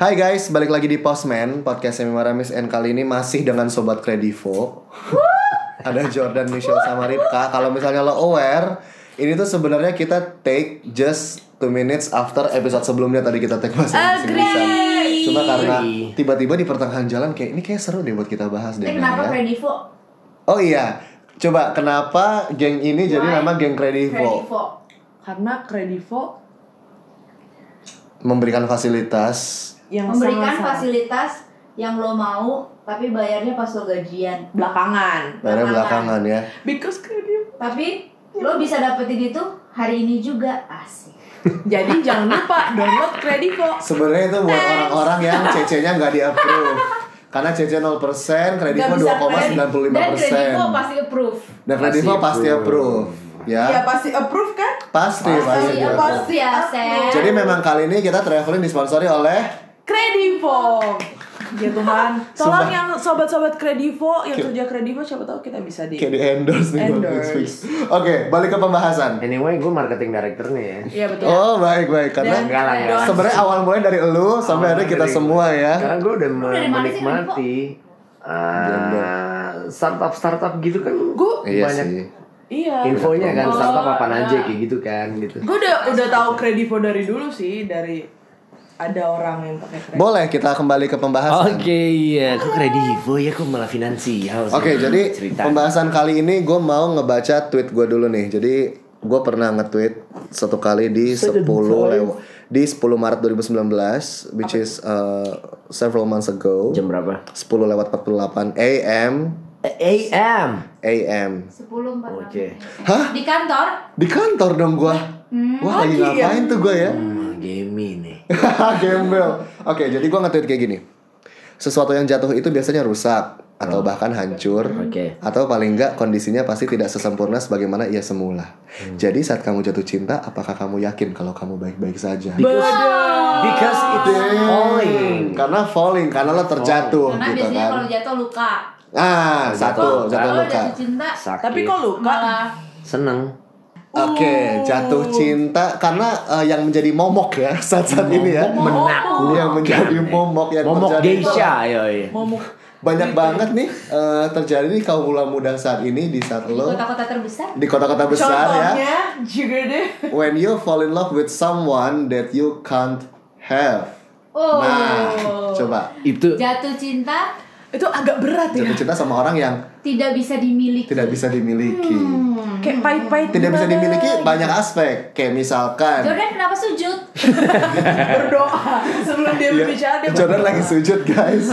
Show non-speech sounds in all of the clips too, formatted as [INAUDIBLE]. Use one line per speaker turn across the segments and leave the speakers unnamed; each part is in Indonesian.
Hai guys, balik lagi di Postman, podcast Semi Maramis and kali ini masih dengan sobat Kredivo. Ada Jordan Michelle sama Ripka. Kalau misalnya lo aware, ini tuh sebenarnya kita take just 2 minutes after episode sebelumnya tadi kita take masih
Agree.
Cuma karena tiba-tiba di pertengahan jalan kayak ini kayak seru deh buat kita bahas deh.
Tapi
Nana,
kenapa
ya.
Kredivo?
Oh iya, coba kenapa geng ini jadi
Why?
nama geng Kredivo?
Kredivo.
karena Kredivo
Memberikan fasilitas
yang
Memberikan
sangat-sangat
fasilitas yang lo mau, tapi bayarnya pas lo gajian.
belakangan
pada
Belakangan.
belakangan ya.
because Kredivo
Tapi lo bisa dapetin itu hari ini juga asik.
jadi jangan lupa download Kredivo
Sebenarnya itu buat orang-orang yang CC-nya nggak di approve. Karena CC 0%,
Nggak
kreditnya
bisa kredit. Dan Kredivo
2,95%.
pasti approve.
Dan kreditnya pasti approve. Ya,
pasti approve kan
pasti Iya, pasti.
Iya, Pasti
di approve.
approve ya, Sen.
Jadi memang kali ini kita traveling disponsori oleh
Kredivo ya Tuhan
Sumpah.
tolong yang sobat-sobat Kredivo yang kerja Kredivo siapa tahu kita bisa di
kayak di endorse nih buat
Endorse.
Netflix. Oke, balik ke pembahasan.
Anyway, gue marketing director nih ya.
Iya betul
Oh, baik-baik
Dan-
karena ya.
Enggak lah, enggak.
Don-
sebenarnya awal mulai dari elu sampai akhirnya kita
dari-
semua ya.
Karena gue udah
Lu dari mana sih,
menikmati ah, startup-startup gitu kan.
gue
Iya
banyak
sih.
iya
infonya kan
Oh,
startup apa aja
iya.
kayak gitu kan gitu.
gue udah udah tahu Kredivo dari dulu sih dari ada orang yang pakai Kredivo
Boleh kita kembali ke pembahasan.
iya, aku kredivo ya, aku malah finansial.
Oke, jadi pembahasan kali ini gue mau ngebaca tweet gue dulu nih. Jadi gue pernah nge-tweet satu kali di 10 lew- di 10 Maret 2019, which is uh, several months ago.
jam berapa?
10 lewat 48 AM
AM.
AM.
10 empat
Oke.
Hah?
Di kantor
Di kantor dong gue. Wah, lagi ngapain tuh gue ya? [LAUGHS]
Hmm, gaming nih.
Gembel. Oke, jadi gue nge-tweet kayak gini. Sesuatu yang jatuh itu biasanya rusak atau bahkan Oh. hancur
Oke.
atau paling enggak kondisinya pasti tidak sesempurna sebagaimana ia semula.
Hmm.
Jadi saat kamu jatuh cinta, apakah kamu yakin kalau kamu baik-baik saja?
Because it's falling.
Karena falling, karena lo terjatuh
karena
gitu
biasanya
kan.
kalau jatuh luka.
Ah, satu,
Kalau
jatuh
lo
luka.
jatuh cinta
Sakit.
tapi kok luka
malah
seneng.
Oke, jatuh
Oh.
cinta karena eh, yang menjadi momok ya [LAUGHS] saat-saat ini ya.
Menakutkan.
Yang menjadi momok yang
Momok
terjadi.
geisha, ayo.
momok
Banyak banget nih eh, terjadi di kaum muda saat ini di saat
di
lo
kota-kota terbesar.
di kota-kota besar ya.
contohnya juga deh
When you fall in love with someone that you can't have.
Oh.
Nah, coba
Itu
Jatuh cinta
itu agak berat ya
jatuh cinta sama orang yang
tidak bisa dimiliki.
tidak bisa dimiliki.
Hmm.
kayak pahit-pahit gitu kan.
Tidak bisa
gimana?
dimiliki banyak aspek, kayak misalkan
Jordan kenapa sujud?
berdoa sebelum dia
Iya,
berbicara dia
Jordan lagi sujud guys.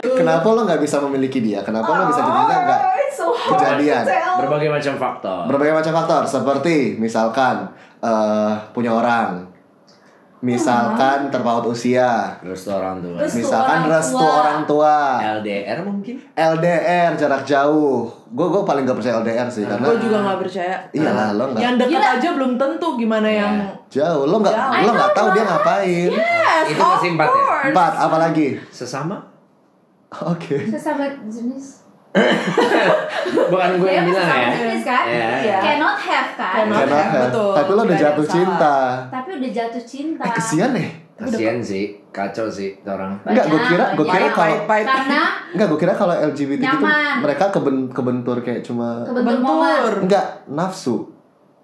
Kenapa lo nggak bisa memiliki dia? Kenapa lo
Oh,
bisa jadi dia nggak kejadian?
berbagai macam faktor.
Berbagai macam faktor seperti misalkan eh, punya orang, misalkan terpaut usia,
Restu orang tua.
Terus- Restu
misalkan
orang
restu
tua.
orang tua,
LDR mungkin.
LDR jarak jauh. Gue gue paling gak percaya LDR sih karena
gue Nah, juga nggak percaya
iyalah lo Iya, nggak
yang Iya, dekat
Gila.
aja belum tentu gimana yang
jauh, lo nggak
Jauh.
lo nggak tahu dia ngapain.
yes
Itu masih empat ya?
course.
Empat, apalagi?
Sesama?
Oke.
Sesama jenis.
Bukan gue yang
Iya,
bilang
sesama
ya.
jenis kan?
Iya.
Iya.
Cannot have kan?
Cannot.
Cannot have.
Iya, Betul.
[LAUGHS] Tapi lo udah
Tidak ada
jatuh
yang
cinta.
Tapi udah jatuh cinta.
Eh kesian nih.
Kasian sih, kacau sih itu orang.
Enggak, gue kira, gue
Banyak,
kira
banyak.
kalau
Pahit.
Karena
enggak, gue kira kalau LGBT gitu
Nyaman.
mereka keben- kebentur kayak cuma
kebentur momen.
Bentur.
enggak nafsu.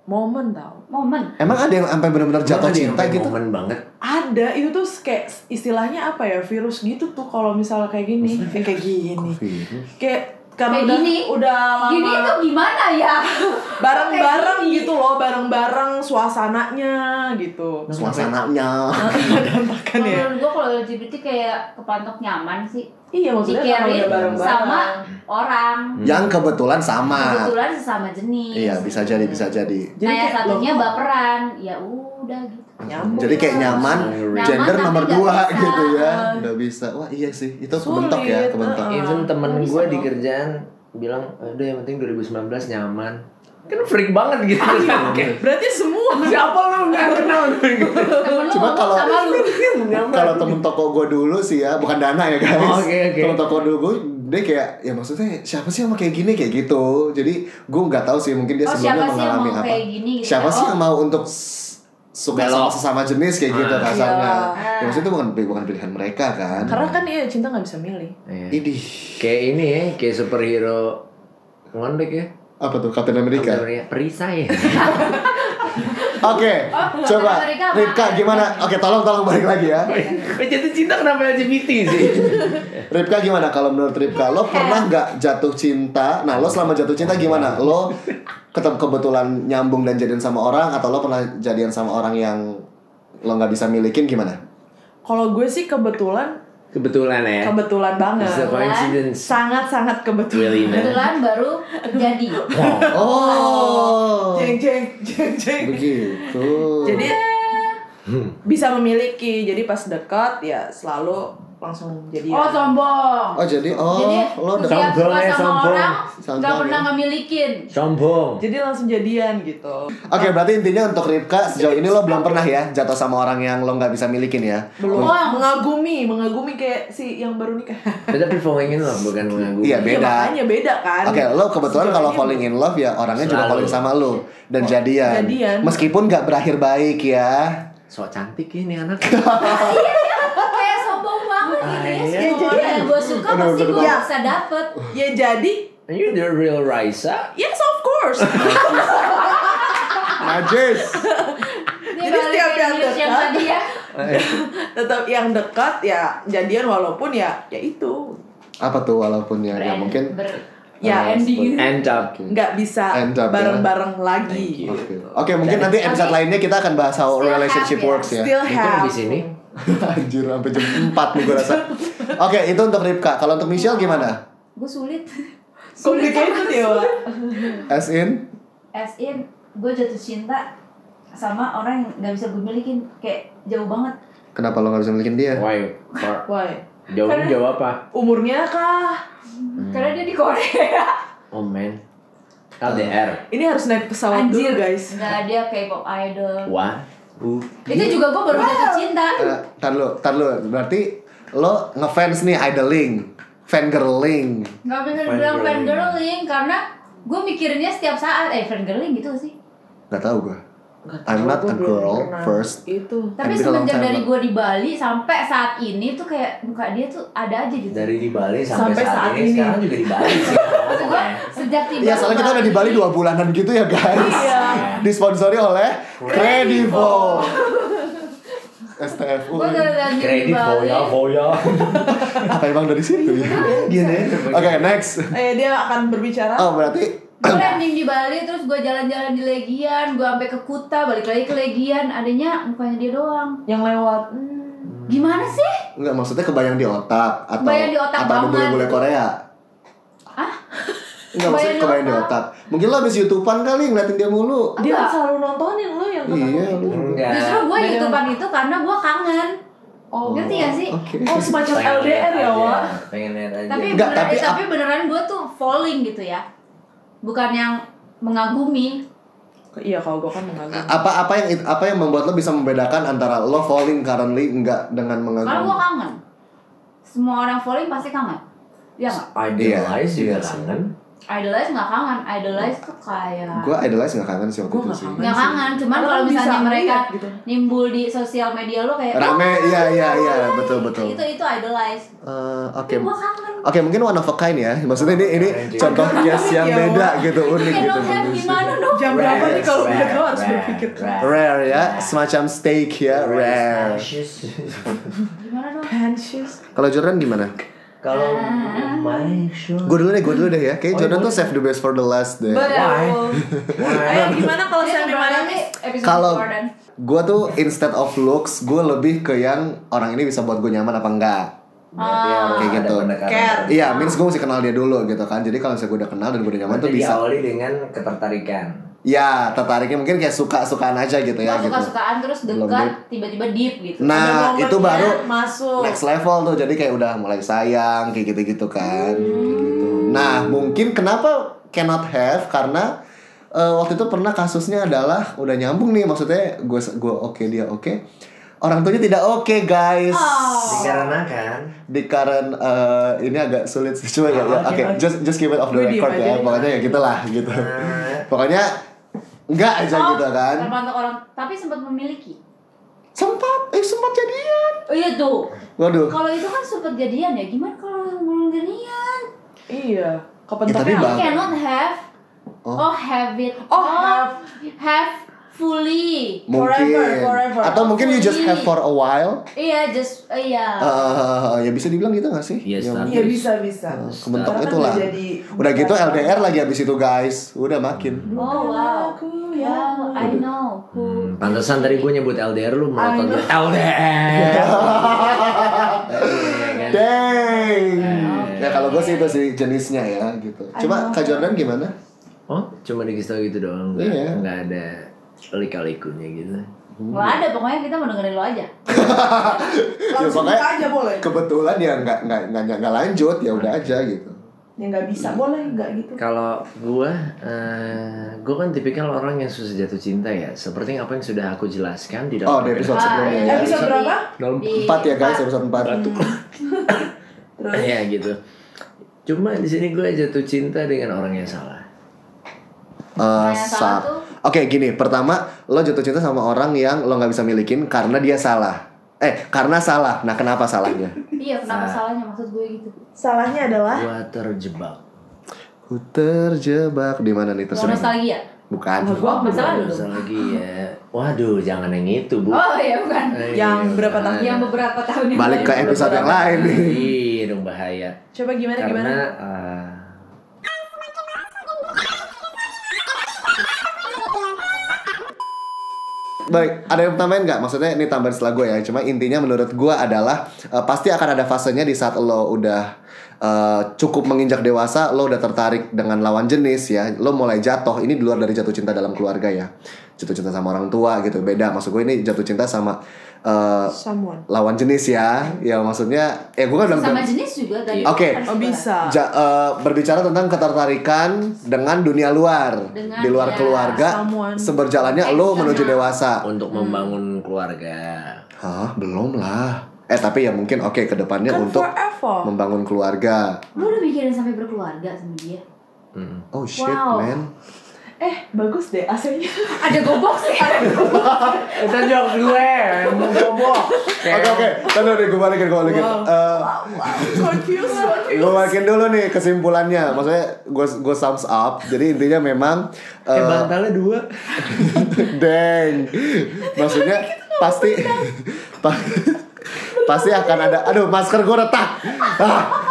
momen tau
Momen.
Emang ada yang sampai benar-benar jatuh
Ada yang
cinta
kayak
gitu?
Momen banget.
ada itu tuh kayak istilahnya apa ya virus gitu tuh kalau misalnya kayak gini Eh, kayak gini
Virus.
kayak karena
Kayak
udah
gini.
udah lama
Gini itu gimana ya?
bareng-bareng
Kayak gini.
gitu loh bareng-bareng suasananya gitu
Nah, Suasananya. Kan
berantakan ya
Menurut gue kalau LGBT kayak kepantok nyaman sih.
iya maksudnya kalau udah
Dikirin
bareng-bareng
sama orang.
yang kebetulan sama.
Kebetulan sesama jenis.
Ah. Iya, bisa jadi, bisa jadi.
Jadi
nah, yang
kayak
satunya
loh,
baperan. Ya udah
[LAUGHS]
gitu.
nyambung.
Jadi kayak nyaman,
Nyaman
gender
tapi
nomor
nggak
dua
bisa.
gitu ya. Udah bisa. Wah, iya sih. Itu
Sulit,
kebentok ya, kebentok.
heeh.
Even temen
Nggak bisa
gue di
dong.
kerjaan bilang, udah yang penting 2019 nyaman. Kan freak banget gitu.
Ah,
Oke.
Iya, Berarti semua
Siapa lu nggak kenal?
Temen lu
Cuma
ngomong
kalau-
sama lu.
Nyaman.
kalau temen toko gue dulu sih ya bukan dana ya guys
Oh, oke, oke.
temen toko dulu gue dia kayak ya maksudnya siapa sih yang mau kayak gini kayak gitu jadi gue nggak tahu sih mungkin dia
Oh,
sebelumnya
siapa sih yang
mengalami
mau
apa
kayak gini gitu
siapa
ya?
sih
Oh.
yang mau untuk s- suka sama
Belok.
sesama jenis kayak gitu
Ah.
kasarnya.
Iya.
Ya, maksudnya itu bukan bukan pilihan mereka kan.
Karena kan iya cinta nggak bisa milih.
Iya.
Idih.
Kayak ini ya, kayak superhero ngondek ya.
apa tuh Captain America? Oke,
Amerika. Perisa ya.
Oh, Captain
coba
America apa?
Ripka gimana? Oke, tolong tolong balik lagi ya.
Kok Jatuh cinta kenapa LGBT
[LAUGHS]
sih?
Ripka gimana kalau menurut Ripka? Lo pernah nggak jatuh cinta? Nah, lo selama jatuh cinta gimana? Lo ketemu kebetulan nyambung dan jadian sama orang atau lo pernah jadian sama orang yang lo nggak bisa milikin gimana?
Kalau gue sih kebetulan
Kebetulan ya.
Eh.
kebetulan
It's a
banget.
coincidence.
Sangat-sangat kebetulan.
Really man.
Kebetulan
[LAUGHS]
baru terjadi.
Oh,
[LAUGHS] Jeng jeng jeng jeng.
begitu.
Jadi bisa memiliki. Jadi pas dekat ya selalu langsung jadi.
Oh sombong.
Oh jadi oh
Jadi
lo udah
tiap
Sombong
suka
ya,
sama
sombong.
orang
Sombong
nggak
ya.
pernah ngemilikin.
Sombong.
Jadi langsung jadian gitu.
Oke berarti intinya untuk Ripka sejauh ini lo belum pernah ya jatuh sama orang yang lo nggak bisa milikin ya.
Belum
Wah.
Oh, mengagumi, mengagumi kayak si yang baru nikah. [LAUGHS]
Tapi falling
[LAUGHS]
in love bukan mengagumi.
Iya,
Iya,
Ya, Beda.
makanya beda kan.
Oke lo kebetulan
Sejauh
kalau
ini
falling in love ya orangnya juga
Selalu.
falling sama lo dan jadian.
jadian.
Meskipun nggak berakhir baik ya.
Sok cantik ya nih anak.
Iya, Kayak sombong banget gitu ya.
Ah, iya.
Semua orang yang gue suka
Aduh,
pasti
bener
gue
banget.
bisa dapet.
Ya jadi,
Are you the real Raisa?
yes of course. [LAUGHS]
Najis.
Ini
Jadi
balik
setiap
ke
yang
news yang
dekat.
tadi ya.
Tetap yang dekat ya jadian walaupun ya ya itu
Apa tuh walaupun ya, ya
Brand
mungkin.
ber-
Eh,
Ya,
ending.
End up.
nggak bisa
End up, ya.
bareng-bareng lagi. Gitu.
Thank you.
Oke, Oke, mungkin nanti episode
Gitu. Tapi-
lainnya kita akan bahas how
Still
relationship
have ya.
works ya.
Still
Mungkin
have.
di sini.
[LAUGHS] Anjir, sampai jam 4 nih gue rasa. Oke, itu untuk Ripka. Kalau untuk Michelle gimana?
Gue sulit.
Complicated ya, Wak.
As in?
As in, gue jatuh cinta sama orang yang nggak bisa gue milikin kayak jauh banget.
Kenapa lo gak bisa milikin dia? Eh,
Why? Far-
Why?
Jauh jauh apa?
Umurnya kah?
Karena dia di Korea.
Oh man. LDR.
Ini harus naik pesawat dulu guys.
Nggak dia K-pop idol.
Wah. Uh.
Itu juga gue baru jatuh cinta.
Eh, tar lo, tar lo. Berarti lo ngefans nih idoling, fangirling.
Nggak bisa
Fan
dibilang
girling.
fangirling karena gue mikirinnya setiap saat eh fangirling gitu nggak sih.
Gak tau gue. I'm not a girl first.
Itu.
Tapi
Fangirl long
semenjak
time
dari
ago.
gue di Bali sampai saat ini tuh kayak muka dia tuh ada aja gitu.
Dari di Bali sampai,
Sampai
saat,
saat ini.
ini, sekarang juga di Bali
[LAUGHS]
sih.
Maksud gue sejak tiba
Iya, soalnya kita udah di Bali dua bulanan gitu ya guys.
Iya.
Disponsori oleh Kredivo. STFU.
Gue dari di
Kredit
Bali.
voya voya.
Apa emang dari situ
Iya,
ya? Gini. Oke, next.
Eh dia akan berbicara.
Oh, berarti
Gue landing di Bali terus gue jalan-jalan di Legian, gue sampai ke Kuta, balik lagi ke Legian, adanya mukanya dia doang.
Yang lewat.
Gimana sih?
Enggak, maksudnya kebayang di otak atau
Kebayang di otak
atau ada
banget.
bule-bule Korea.
Hah?
Enggak, maksudnya kebayang
Kebayang di
di otak. Mungkin lo habis youtubean kali ngeliatin dia mulu.
Dia
Enggak.
selalu nontonin lu yang
Iya,
ketemu.
lu.
Enggak.
Justru gue
Beda.
youtuber itu karena gue kangen.
Oh.
Ngerti gak sih?
Oke.
Oh semacam
Pengen lihat
LDR ya
aja,
Wak.
Pengen lihat aja.
Tapi
Enggak,
beneran,
tapi
eh,
ap-
tapi beneran gue tuh falling gitu ya. Bukan yang mengagumi.
Iya kalau gue kan mengagumi.
Apa apa yang it- apa yang membuat lo bisa membedakan antara lo falling currently enggak dengan
Karena gue
mengagumi?
kangen. Semua orang falling pasti kangen. Iya gak?
Idealize
Iya,
juga
iya sih.
kangen.
Idolize gak kangen. Idolize tuh kayak...
Gue idolize gak kangen sih waktu
Gua
itu
nggak
sih.
kangen.
Gak kangen. Cuman
Orang
kalau
bisa
misalnya mereka
ngeliat gitu.
nimbul di sosial media lo kayak...
Rame,
"Oh,
iya iya iya,
idolize."
betul betul.
Itu, itu idolize.
Eh, Oke.
Tapi gue kangen.
Oke mungkin one of a kind ya [LAUGHS] Maksudnya ini ini
Keren,
contoh case yang
Iya,
beda gitu
You
Unik gitu
cannot have
bagus.
gimana dong?
Jam berapa nih kalau
Rare,
udah gue harus
rare,
berpikir.
rare.
Rare ya Semacam steak ya Rare
Ah,
Gimana dong?
Anxious.
Kalau Jordan gimana?
Kalau
ah,
my show.
Gue dulu deh, gue dulu deh ya Kayaknya
Oh,
Jordan
iya,
tuh save the best for the last deh
Betul. Ayo gimana kalau
Dia
saya
sebenarnya
dimana
nih episode
Kalau Ya,
Jordan.
gue tuh instead of looks Gue lebih ke yang orang ini bisa buat gue nyaman apa enggak
Berarti harus
Kayak
ya, ada
gitu.
pendekatan.
Ah. Care.
Iya, means gue mesti kenal dia dulu gitu kan Jadi kalau misalnya gue udah kenal dan gue udah nyaman tuh
Berarti
bisa
diawali dengan ketertarikan.
Ya, tertariknya mungkin kayak suka-sukaan aja gitu ya
Gak
gitu
suka-sukaan terus
Belum
dekat,
deep.
tiba-tiba deep gitu.
Ada
Nah,
momennya,
itu baru
masuk.
next level tuh jadi kayak udah mulai sayang kayak gitu-gitu kan Kayak gitu.
Hmm.
nah mungkin kenapa cannot have karena eh, waktu itu pernah kasusnya adalah udah nyambung nih maksudnya gue gue oke dia oke orang tuanya tidak oke guys
Oh.
Dikarenakan
dikarenakan eh, ini agak sulit sih cuma ya ya, oke just just keep it off the
Gue Oh, iya.
record ya
diem aja deh.
pokoknya ya gitulah gitu
eh,
pokoknya enggak aja
Oh,
gitu kan
terpantau orang tapi sempat memiliki
sempat eh sempat jadian
oh iya tuh
waduh
kalau itu kan sempat jadian ya gimana kalau mau jadian
Iya.
Ya, tapi
Kepentingan.
Bang-
cannot have
Oh.
oh, have it
Oh, have.
have fully
mungkin
forever, forever.
atau mungkin you just have for a while
iya just eh, iya
Eh, ya bisa dibilang gitu gak sih
Yes,
Ya,
lah.
Iya bisa bisa.
eh, kebentok
Karena kan
itulah
nggak jadi-
udah gitu LDR lagi abis itu guys udah makin
Oh, wow.
Aku ya.
Wow, I know who
Hmm, pantesan tadi gue nyebut LDR lu melotot gue LDR.
dang ya kalau gue sih itu sih jenisnya ya gitu cuma kak Jordan gimana
Oh, cuma dikasih tau gitu doang. Nggak,
Iya.
nggak ada lika-likunya gitu.
Nggak ada, pokoknya kita mau dengerin lo aja
Langsung
Ya, makanya-
buka aja boleh.
kebetulan ya nggak nggak nggak nggak- nggak lanjut ya udah aja gitu
Ya nggak bisa boleh nggak gitu.
Kalau gue, eh gue kan tipikal orang yang susah jatuh cinta ya. Seperti apa yang sudah aku jelaskan di
Oh,
dalam
di episode sebelumnya
iya.
ya.
Episode berapa?
Dalam-
Di-
empat ya guys episode empat
Terus
Iya gitu. Cuma di sini gue jatuh cinta dengan orang yang salah.
Eh,
Yang
sa-
salah tuh-
Oke gini, pertama lo jatuh cinta sama orang yang lo nggak bisa milikin karena dia salah. Eh karena salah. Nah kenapa salahnya?
Iya, kenapa
Nah.
salahnya maksud gue gitu
salahnya adalah
Gue terjebak.
Ku terjebak di mana nih
Lo
terserah.
nostalgia?
Nah,
Bukan.
Oh, masalah dulu
Dosa lagi ya. Waduh, jangan yang itu bu.
Oh iya, bukan
Eh,
Yang berapa tahun?
Yang beberapa tahun
Nah.
yang
Balik ke
lalu.
episode yang lain nih.
Iya dong bahaya.
coba gimana gimana.
Karena eh,
Baik, ada yang tambahin nggak? Maksudnya ini tambahan setelah gue ya. Cuma intinya menurut gue adalah eh, pasti akan ada fasenya di saat lo udah eh, cukup menginjak dewasa, lo udah tertarik dengan lawan jenis ya. Lo mulai jatuh. Ini di luar dari jatuh cinta dalam keluarga ya. Jatuh cinta sama orang tua gitu. Beda. Maksud gue ini jatuh cinta sama eh,
Someone.
lawan jenis ya ya maksudnya ya gue kan bilang
Sama jenis juga tadi
Oke.
Harus
Oh bisa.
ja- eh, berbicara tentang ketertarikan dengan dunia luar
Dengan,
di luar
ya,
keluarga
someone
seberjalannya lo
external.
menuju dewasa
ah, untuk
Hmm.
membangun keluarga.
hah belum lah eh tapi ya mungkin oke kedepannya
Kan
untuk
forever.
membangun keluarga
Lu udah mikirin sampai berkeluarga sama dia?
Hmm.
oh shit
Wow.
man
Eh bagus deh [LAUGHS] AC-nya.
Ada gobok sih.
Itu jok gue, eh. mau bobok.
oke oke tunggu deh gue balikin gue balikin
Wow.
Eh,
Confused.
gue balikin dulu nih kesimpulannya maksudnya gue gue sums up jadi intinya memang
Eh
eh,
bantalnya dua.
[LAUGHS] Deng. Maksudnya pasti [LAUGHS] pa- pasti akan ada aduh masker gue retak. Ah.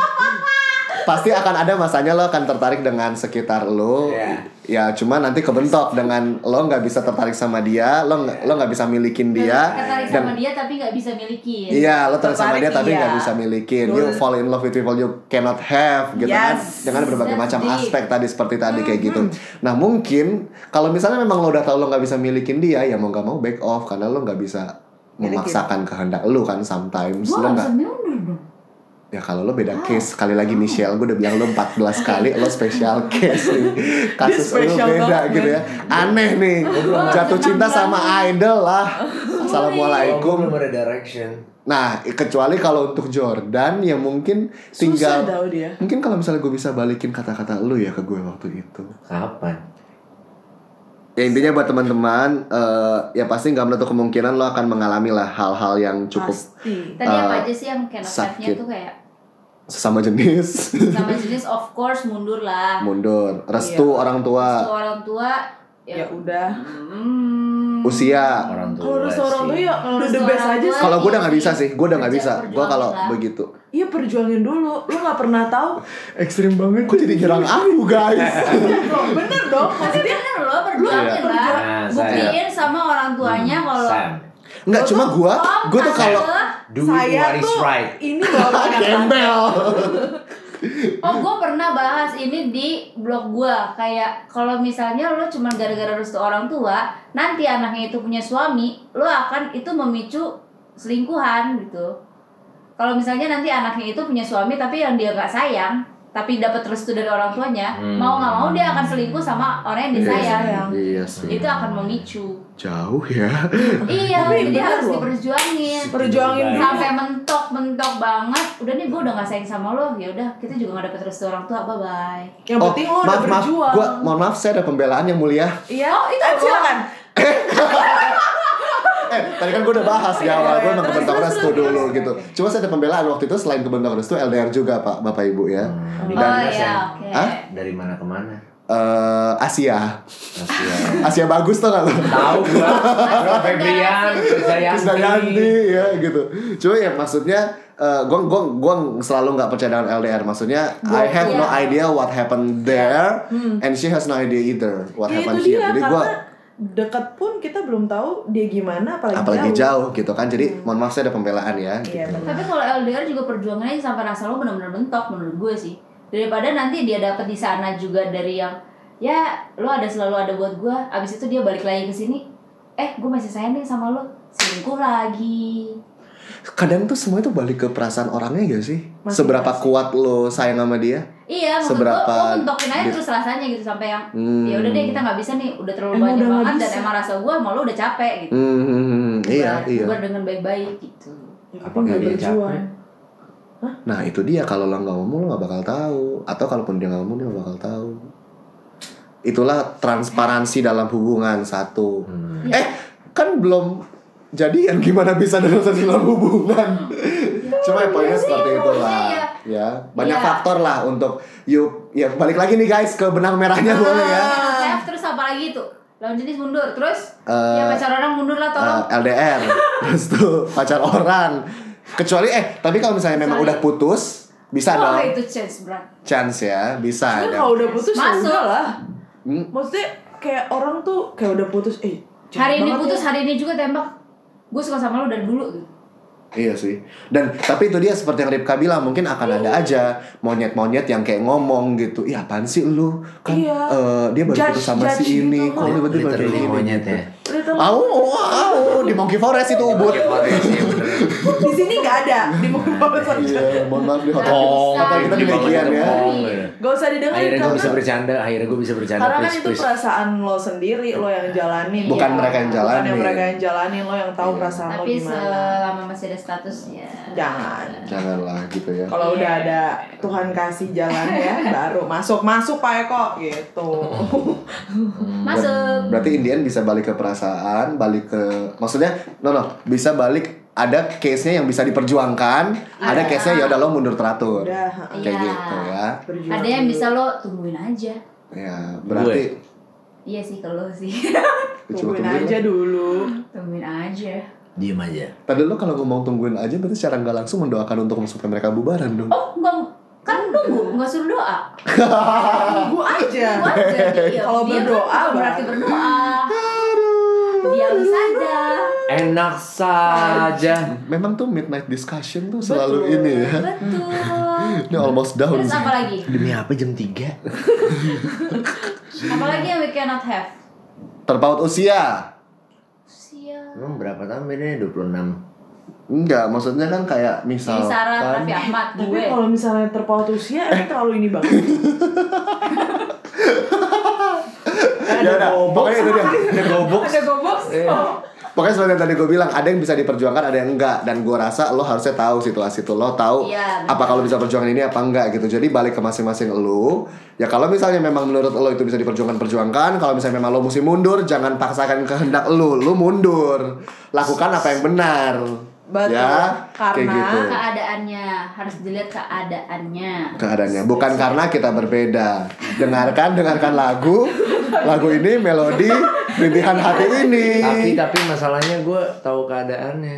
pasti akan ada masanya lo akan tertarik dengan sekitar lo.
Iya.
Ya cuma nanti kebentok dengan lo nggak bisa tertarik sama dia, lo nggak- lo nggak bisa milikin dia.
Tertarik
Dan-
sama dia tapi nggak bisa milikin.
Iya, lo tertarik sama
Tertarik,
dia tapi
iya.
nggak bisa milikin. You
Betul.
fall in love with people you cannot have, gitu kan?
Yes.
Dengan berbagai
That's
macam
deep.
aspek tadi seperti tadi kayak gitu. Nah mungkin kalau misalnya memang lo udah tahu lo nggak bisa milikin dia, ya mau nggak mau back off karena lo nggak bisa
Milikin.
memaksakan kehendak lo kan sometimes
Gua
lo
nggak
nggak
bisa mundur dong.
ya kalau lo beda case sekali lagi Michelle gue udah bilang lo 14 kali lo special case nih kasus lo
Dia special
beda
banget,
gitu ya aneh nih jatuh cinta sama idol lah assalamualaikum
Gue ada direction.
Nah, kecuali kalau untuk Jordan ya mungkin
Susah
tinggal
tau dia.
mungkin kalau misalnya gue bisa balikin kata-kata lu ya ke gue waktu itu.
Kapan?
Ya intinya buat teman-teman eh, ya pasti nggak menutup kemungkinan lo akan mengalami lah hal-hal yang cukup
Pasti.
Tadi apa
Eh,
aja sih yang cannot have-nya
sakit.
tuh kayak
sesama jenis [LAUGHS]
sama jenis of course mundur lah.
mundur, restu
Iya.
orang tua,
Terus orang tua
Ya
ya,
udah.
hmm,
usia.
Orang
Kalau
tua.
harus orang tuh
sih.
ya
Kalau
udah the best
seorang
aja
tua,
sih.
Kalau gue udah nggak
iya
bisa
sih.
sih, gue udah nggak
Kerja-
bisa. Gue kalau
perjuangin lah.
begitu
Iya perjuangin dulu. Lu nggak pernah tahu.
ekstrim banget. Gue jadi nyerang aku
[LAUGHS]
guys.
Bener Iya dong. Maksudnya
Bener loh, perjuangin lah.
Nah, saya. Hmm,
Buktiin sama orang tuanya kalau
Sam,
Nggak cuma gue,
Om,
gue tuh
tante,
kalau
do
saya
what is
tuh
right.
ini
[LAUGHS]
loh anak
gembel.
Oh, gue pernah bahas ini di blog gue kayak kalau misalnya lo cuma gara-gara restu orang tua, nanti anaknya itu punya suami, lo akan itu memicu selingkuhan gitu. Kalau misalnya nanti anaknya itu punya suami tapi yang dia gak sayang, tapi dapat restu dari orang tuanya
Hmm.
mau nggak mau dia akan selingkuh sama orang yang disayang
Disayang.
Iya sih.
itu akan memicu
Jauh ya.
iya
Tapi
jadi
bener
harus
loh.
diperjuangin
Perjuangin
Baik.
dulu.
sampai mentok mentok banget udah nih gue udah gak sayang sama lo ya udah kita juga gak dapet restu orang tua bye bye
Yang penting lo
Oh,
udah
maaf, maaf.
berjuang.
Gua, mohon maaf, saya ada pembelaan yang mulia. [LAUGHS]
Iya.
Oh, itu
Eh,
gua.
silakan.
Eh, tadi kan gue udah bahas di
Iya,
awal, gue
iya,
emang
terus,
kebentuk
terus,
restu
terus,
dulu
terus.
gitu. Cuma saya ada pembelaan waktu itu selain kebentuk restu LDR juga Pak, Bapak Ibu ya.
Dari
oh
mana,
iya
Sen?
oke
Hah?
Dari mana ke mana?
[LAUGHS]
Eh, Asia.
Asia.
Asia bagus tuh kan.
Tahu gua. Gua Febrian, Krisdayanti.
Krisdayanti ya gitu. Cuma ya maksudnya gue gua gua selalu nggak percaya dengan LDR. Maksudnya I have no
iya.
idea what happened there
Hmm.
and she has no idea either what
Ya itu
happened
dia
here. Jadi
karena
gue
dekat pun kita belum tahu dia gimana apalagi,
apalagi
jauh. Hmm.
jauh. gitu kan. Jadi mohon maaf saya ada pembelaan ya.
Iya,
Gitu.
benar.
tapi kalau LDR juga perjuangannya sampai rasa lo benar-benar mentok menurut gue sih daripada nanti dia dapet di sana juga dari yang ya lo ada selalu ada buat gue abis itu dia balik lagi ke sini eh gue masih sayang nih sama lo selingkuh lagi
Kadang tuh semua itu balik ke perasaan orangnya gak sih?
Masih-
Seberapa
masih.
kuat lo sayang sama dia?
iya maksud
Seberapa
gue lo mentokin aja
dia-
terus rasanya gitu sampai yang
Hmm.
ya udah deh kita nggak bisa nih udah terlalu
Emang
banyak
udah nggak
banget dan
bisa.
emang rasa gue mau lo udah capek gitu
Hmm, iya,
Bubar-
iya.
bubar dengan baik-baik gitu
Ya,
Apakah dia
berjuang.
capek?
Nah itu dia kalau lo nggak ngomong lo nggak bakal tahu atau kalaupun dia nggak ngomong dia nggak bakal tahu. Itulah transparansi dalam hubungan satu.
Hmm.
Eh kan belum jadian gimana bisa dalam satu dalam hubungan? Cuma ya, poinnya seperti itulah.
iya.
Ya banyak
Iya.
faktor lah untuk yuk ya balik lagi nih guys ke benang merahnya boleh ya.
Ah.
Chef, terus apa lagi tuh lawan jenis mundur terus
Eh,
ya pacar orang mundur lah tolong
Eh,
[LAUGHS]
LDR terus tuh pacar orang kecuali eh tapi kalau misalnya memang udah
Kecuali-
putus bisa
Wah,
dong
itu chance berat
chance ya bisa
Kan
ada
Oh, iya. kalau udah putus ya
Masuk.
udah lah.
Hmm.
Maksudnya kayak orang tuh kayak udah putus, eh jahat
hari ini
banget
putus
ya.
hari ini juga tembak gue suka sama lo dari dulu gitu.
Iya sih. Dan tapi itu dia seperti yang Ripka bilang mungkin akan ada
Iya.
aja monyet-monyet yang kayak ngomong gitu. Ih apaan sih lu? Kan
Iya.
eh, dia baru
Judge-
putus sama
judge
si ini.
gitu.
Kok lu betul baru
Literally
ini?
monyet ya.
Literally.
Au, au, au, di Monkey Forest itu ubud.
Iya,
Di sini nggak ada di muka saja.
Iya, mohon maaf di hotel.
Oh,
hotel kita di
Di bawah
bagian
itu
ya.
Pong.
Iya.
Gak usah didengerin
Akhirnya gue
karena,
bisa bercanda, akhirnya gue bisa bercanda.
karena kan
please,
itu
please.
perasaan lo sendiri, lo yang jalanin.
Bukan mereka yang
Iya. Bukan yang
jalanin. Iya.
mereka yang jalanin, lo yang tahu perasaan lo
tapi
gimana.
selama masih ada status ya
Jangan.
Janganlah gitu ya.
Kalau
Iya.
udah ada Tuhan kasih jalan
[LAUGHS]
ya, baru masuk masuk Pak Eko gitu. Hmm.
masuk
Berarti Indian bisa balik ke perasaan, balik ke maksudnya no no, bisa balik ada case-nya yang bisa diperjuangkan, ada
Ada.
case-nya ya udah lo mundur teratur.
udah
Kayak
Iya.
gitu ya.
berjuang.
ada yang
dulu.
bisa lo tungguin aja
Ya, berarti
iya sih kalau lo sih [LAUGHS]
Coba tungguin
tungguin aja dulu.
tungguin aja
Diem aja.
Tadi lo kalau ngomong tungguin aja berarti secara nggak langsung mendoakan untuk supaya mereka bubaran dong.
oh nggak kan nunggu nggak suruh doa
Tunggu aja.
Gua
[LAUGHS]
aja, iya.
Kalau
Dia kan
berdoa,
bukan berarti berdoa diam saja
Enak saja.
Memang tuh midnight discussion tuh selalu
Betul.
ini ya.
betul
Ini almost down.
terus apa lagi
Demi apa jam 3?
apa lagi yang we cannot have
Terpaut usia.
usia
Emang berapa tahun ya? bedanya? 26.
Enggak, maksudnya kan kayak
Jadi Sarah
misalkan
Raffi Ahmad
Tapi
gue
kalau misalnya terpaut usia
Eh.
emang terlalu ini banget.
ya
Oh,
udah, pokoknya itu dia. Ada gobok.
Ada gobok.
Iya. Pokoknya seperti yang tadi gue bilang, ada yang bisa diperjuangkan, ada yang enggak. Dan gue rasa lo harusnya tahu situasi itu. Lo tahu
Iya, benar.
apa kalau bisa perjuangan ini apa enggak gitu. Jadi balik ke masing-masing lo. Ya kalau misalnya memang menurut lo itu bisa diperjuangkan, perjuangkan. Kalau misalnya memang lo mesti mundur, jangan paksakan kehendak lo. Lo mundur. Lakukan apa yang benar.
Betul.
Ya, kayak
Karena-
gitu.
keadaannya harus dilihat keadaannya
Keadaannya. Bukan karena kita berbeda. Dengarkan, dengarkan lagu. Lagu ini melodi rintihan hati ini.
Tapi tapi masalahnya gue tahu keadaannya.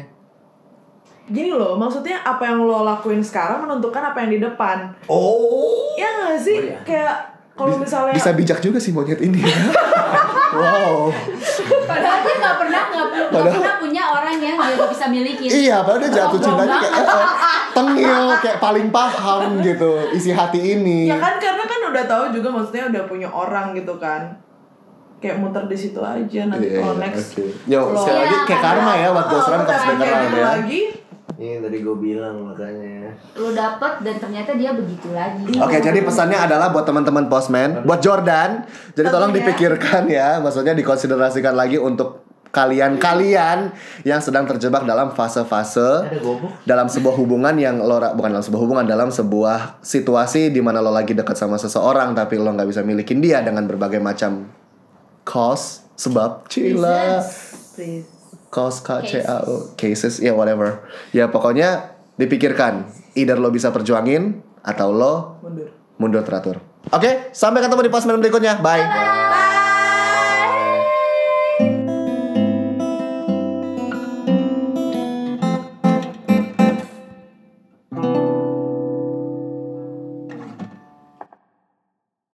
Gini loh, maksudnya apa yang lo lakuin sekarang menentukan apa yang di depan.
Oh.
Ya nggak sih?
Oh, iya.
Kayak kalau misalnya
Bisa bijak juga sih monyet ini. [LAUGHS] wow.
[LAUGHS] padahal dia nggak pernah nggak pu- nggak
Padahal-
pernah punya orang yang dia bisa milikin
Iya, padahal dia jatuh
Sombong
cintanya
Iya.
kayak eh, eh, tengil, kayak paling paham gitu isi hati ini.
ya kan karena kan udah tahu juga maksudnya udah punya orang gitu kan. Kayak muter di situ aja nanti
Iya,
kalau
iya,
next
oke. Yo,
lo-
sekali lagi
Iya,
kayak
karena-
karma ya what
Oh,
goes around comes back
pertanyaannya
around ya.
lagi
Ini Iya, tadi gue bilang makanya.
Lu dapet dan ternyata dia begitu lagi.
Oke, jadi pesannya adalah buat teman-teman posman, buat Jordan. Jadi tolong
Tentunya.
dipikirkan ya, maksudnya dikonsiderasikan lagi untuk kalian-kalian yang sedang terjebak dalam fase-fase
Ada gobok.
dalam sebuah hubungan yang lo ra- bukan dalam sebuah hubungan dalam sebuah situasi di mana lo lagi dekat sama seseorang tapi lo nggak bisa milikin dia dengan berbagai macam cause sebab cila
Please.
cause k c a o cases ya whatever ya pokoknya dipikirkan either lo bisa perjuangin atau lo
Mundur.
mundur teratur oke sampai ketemu di posmen berikutnya bye.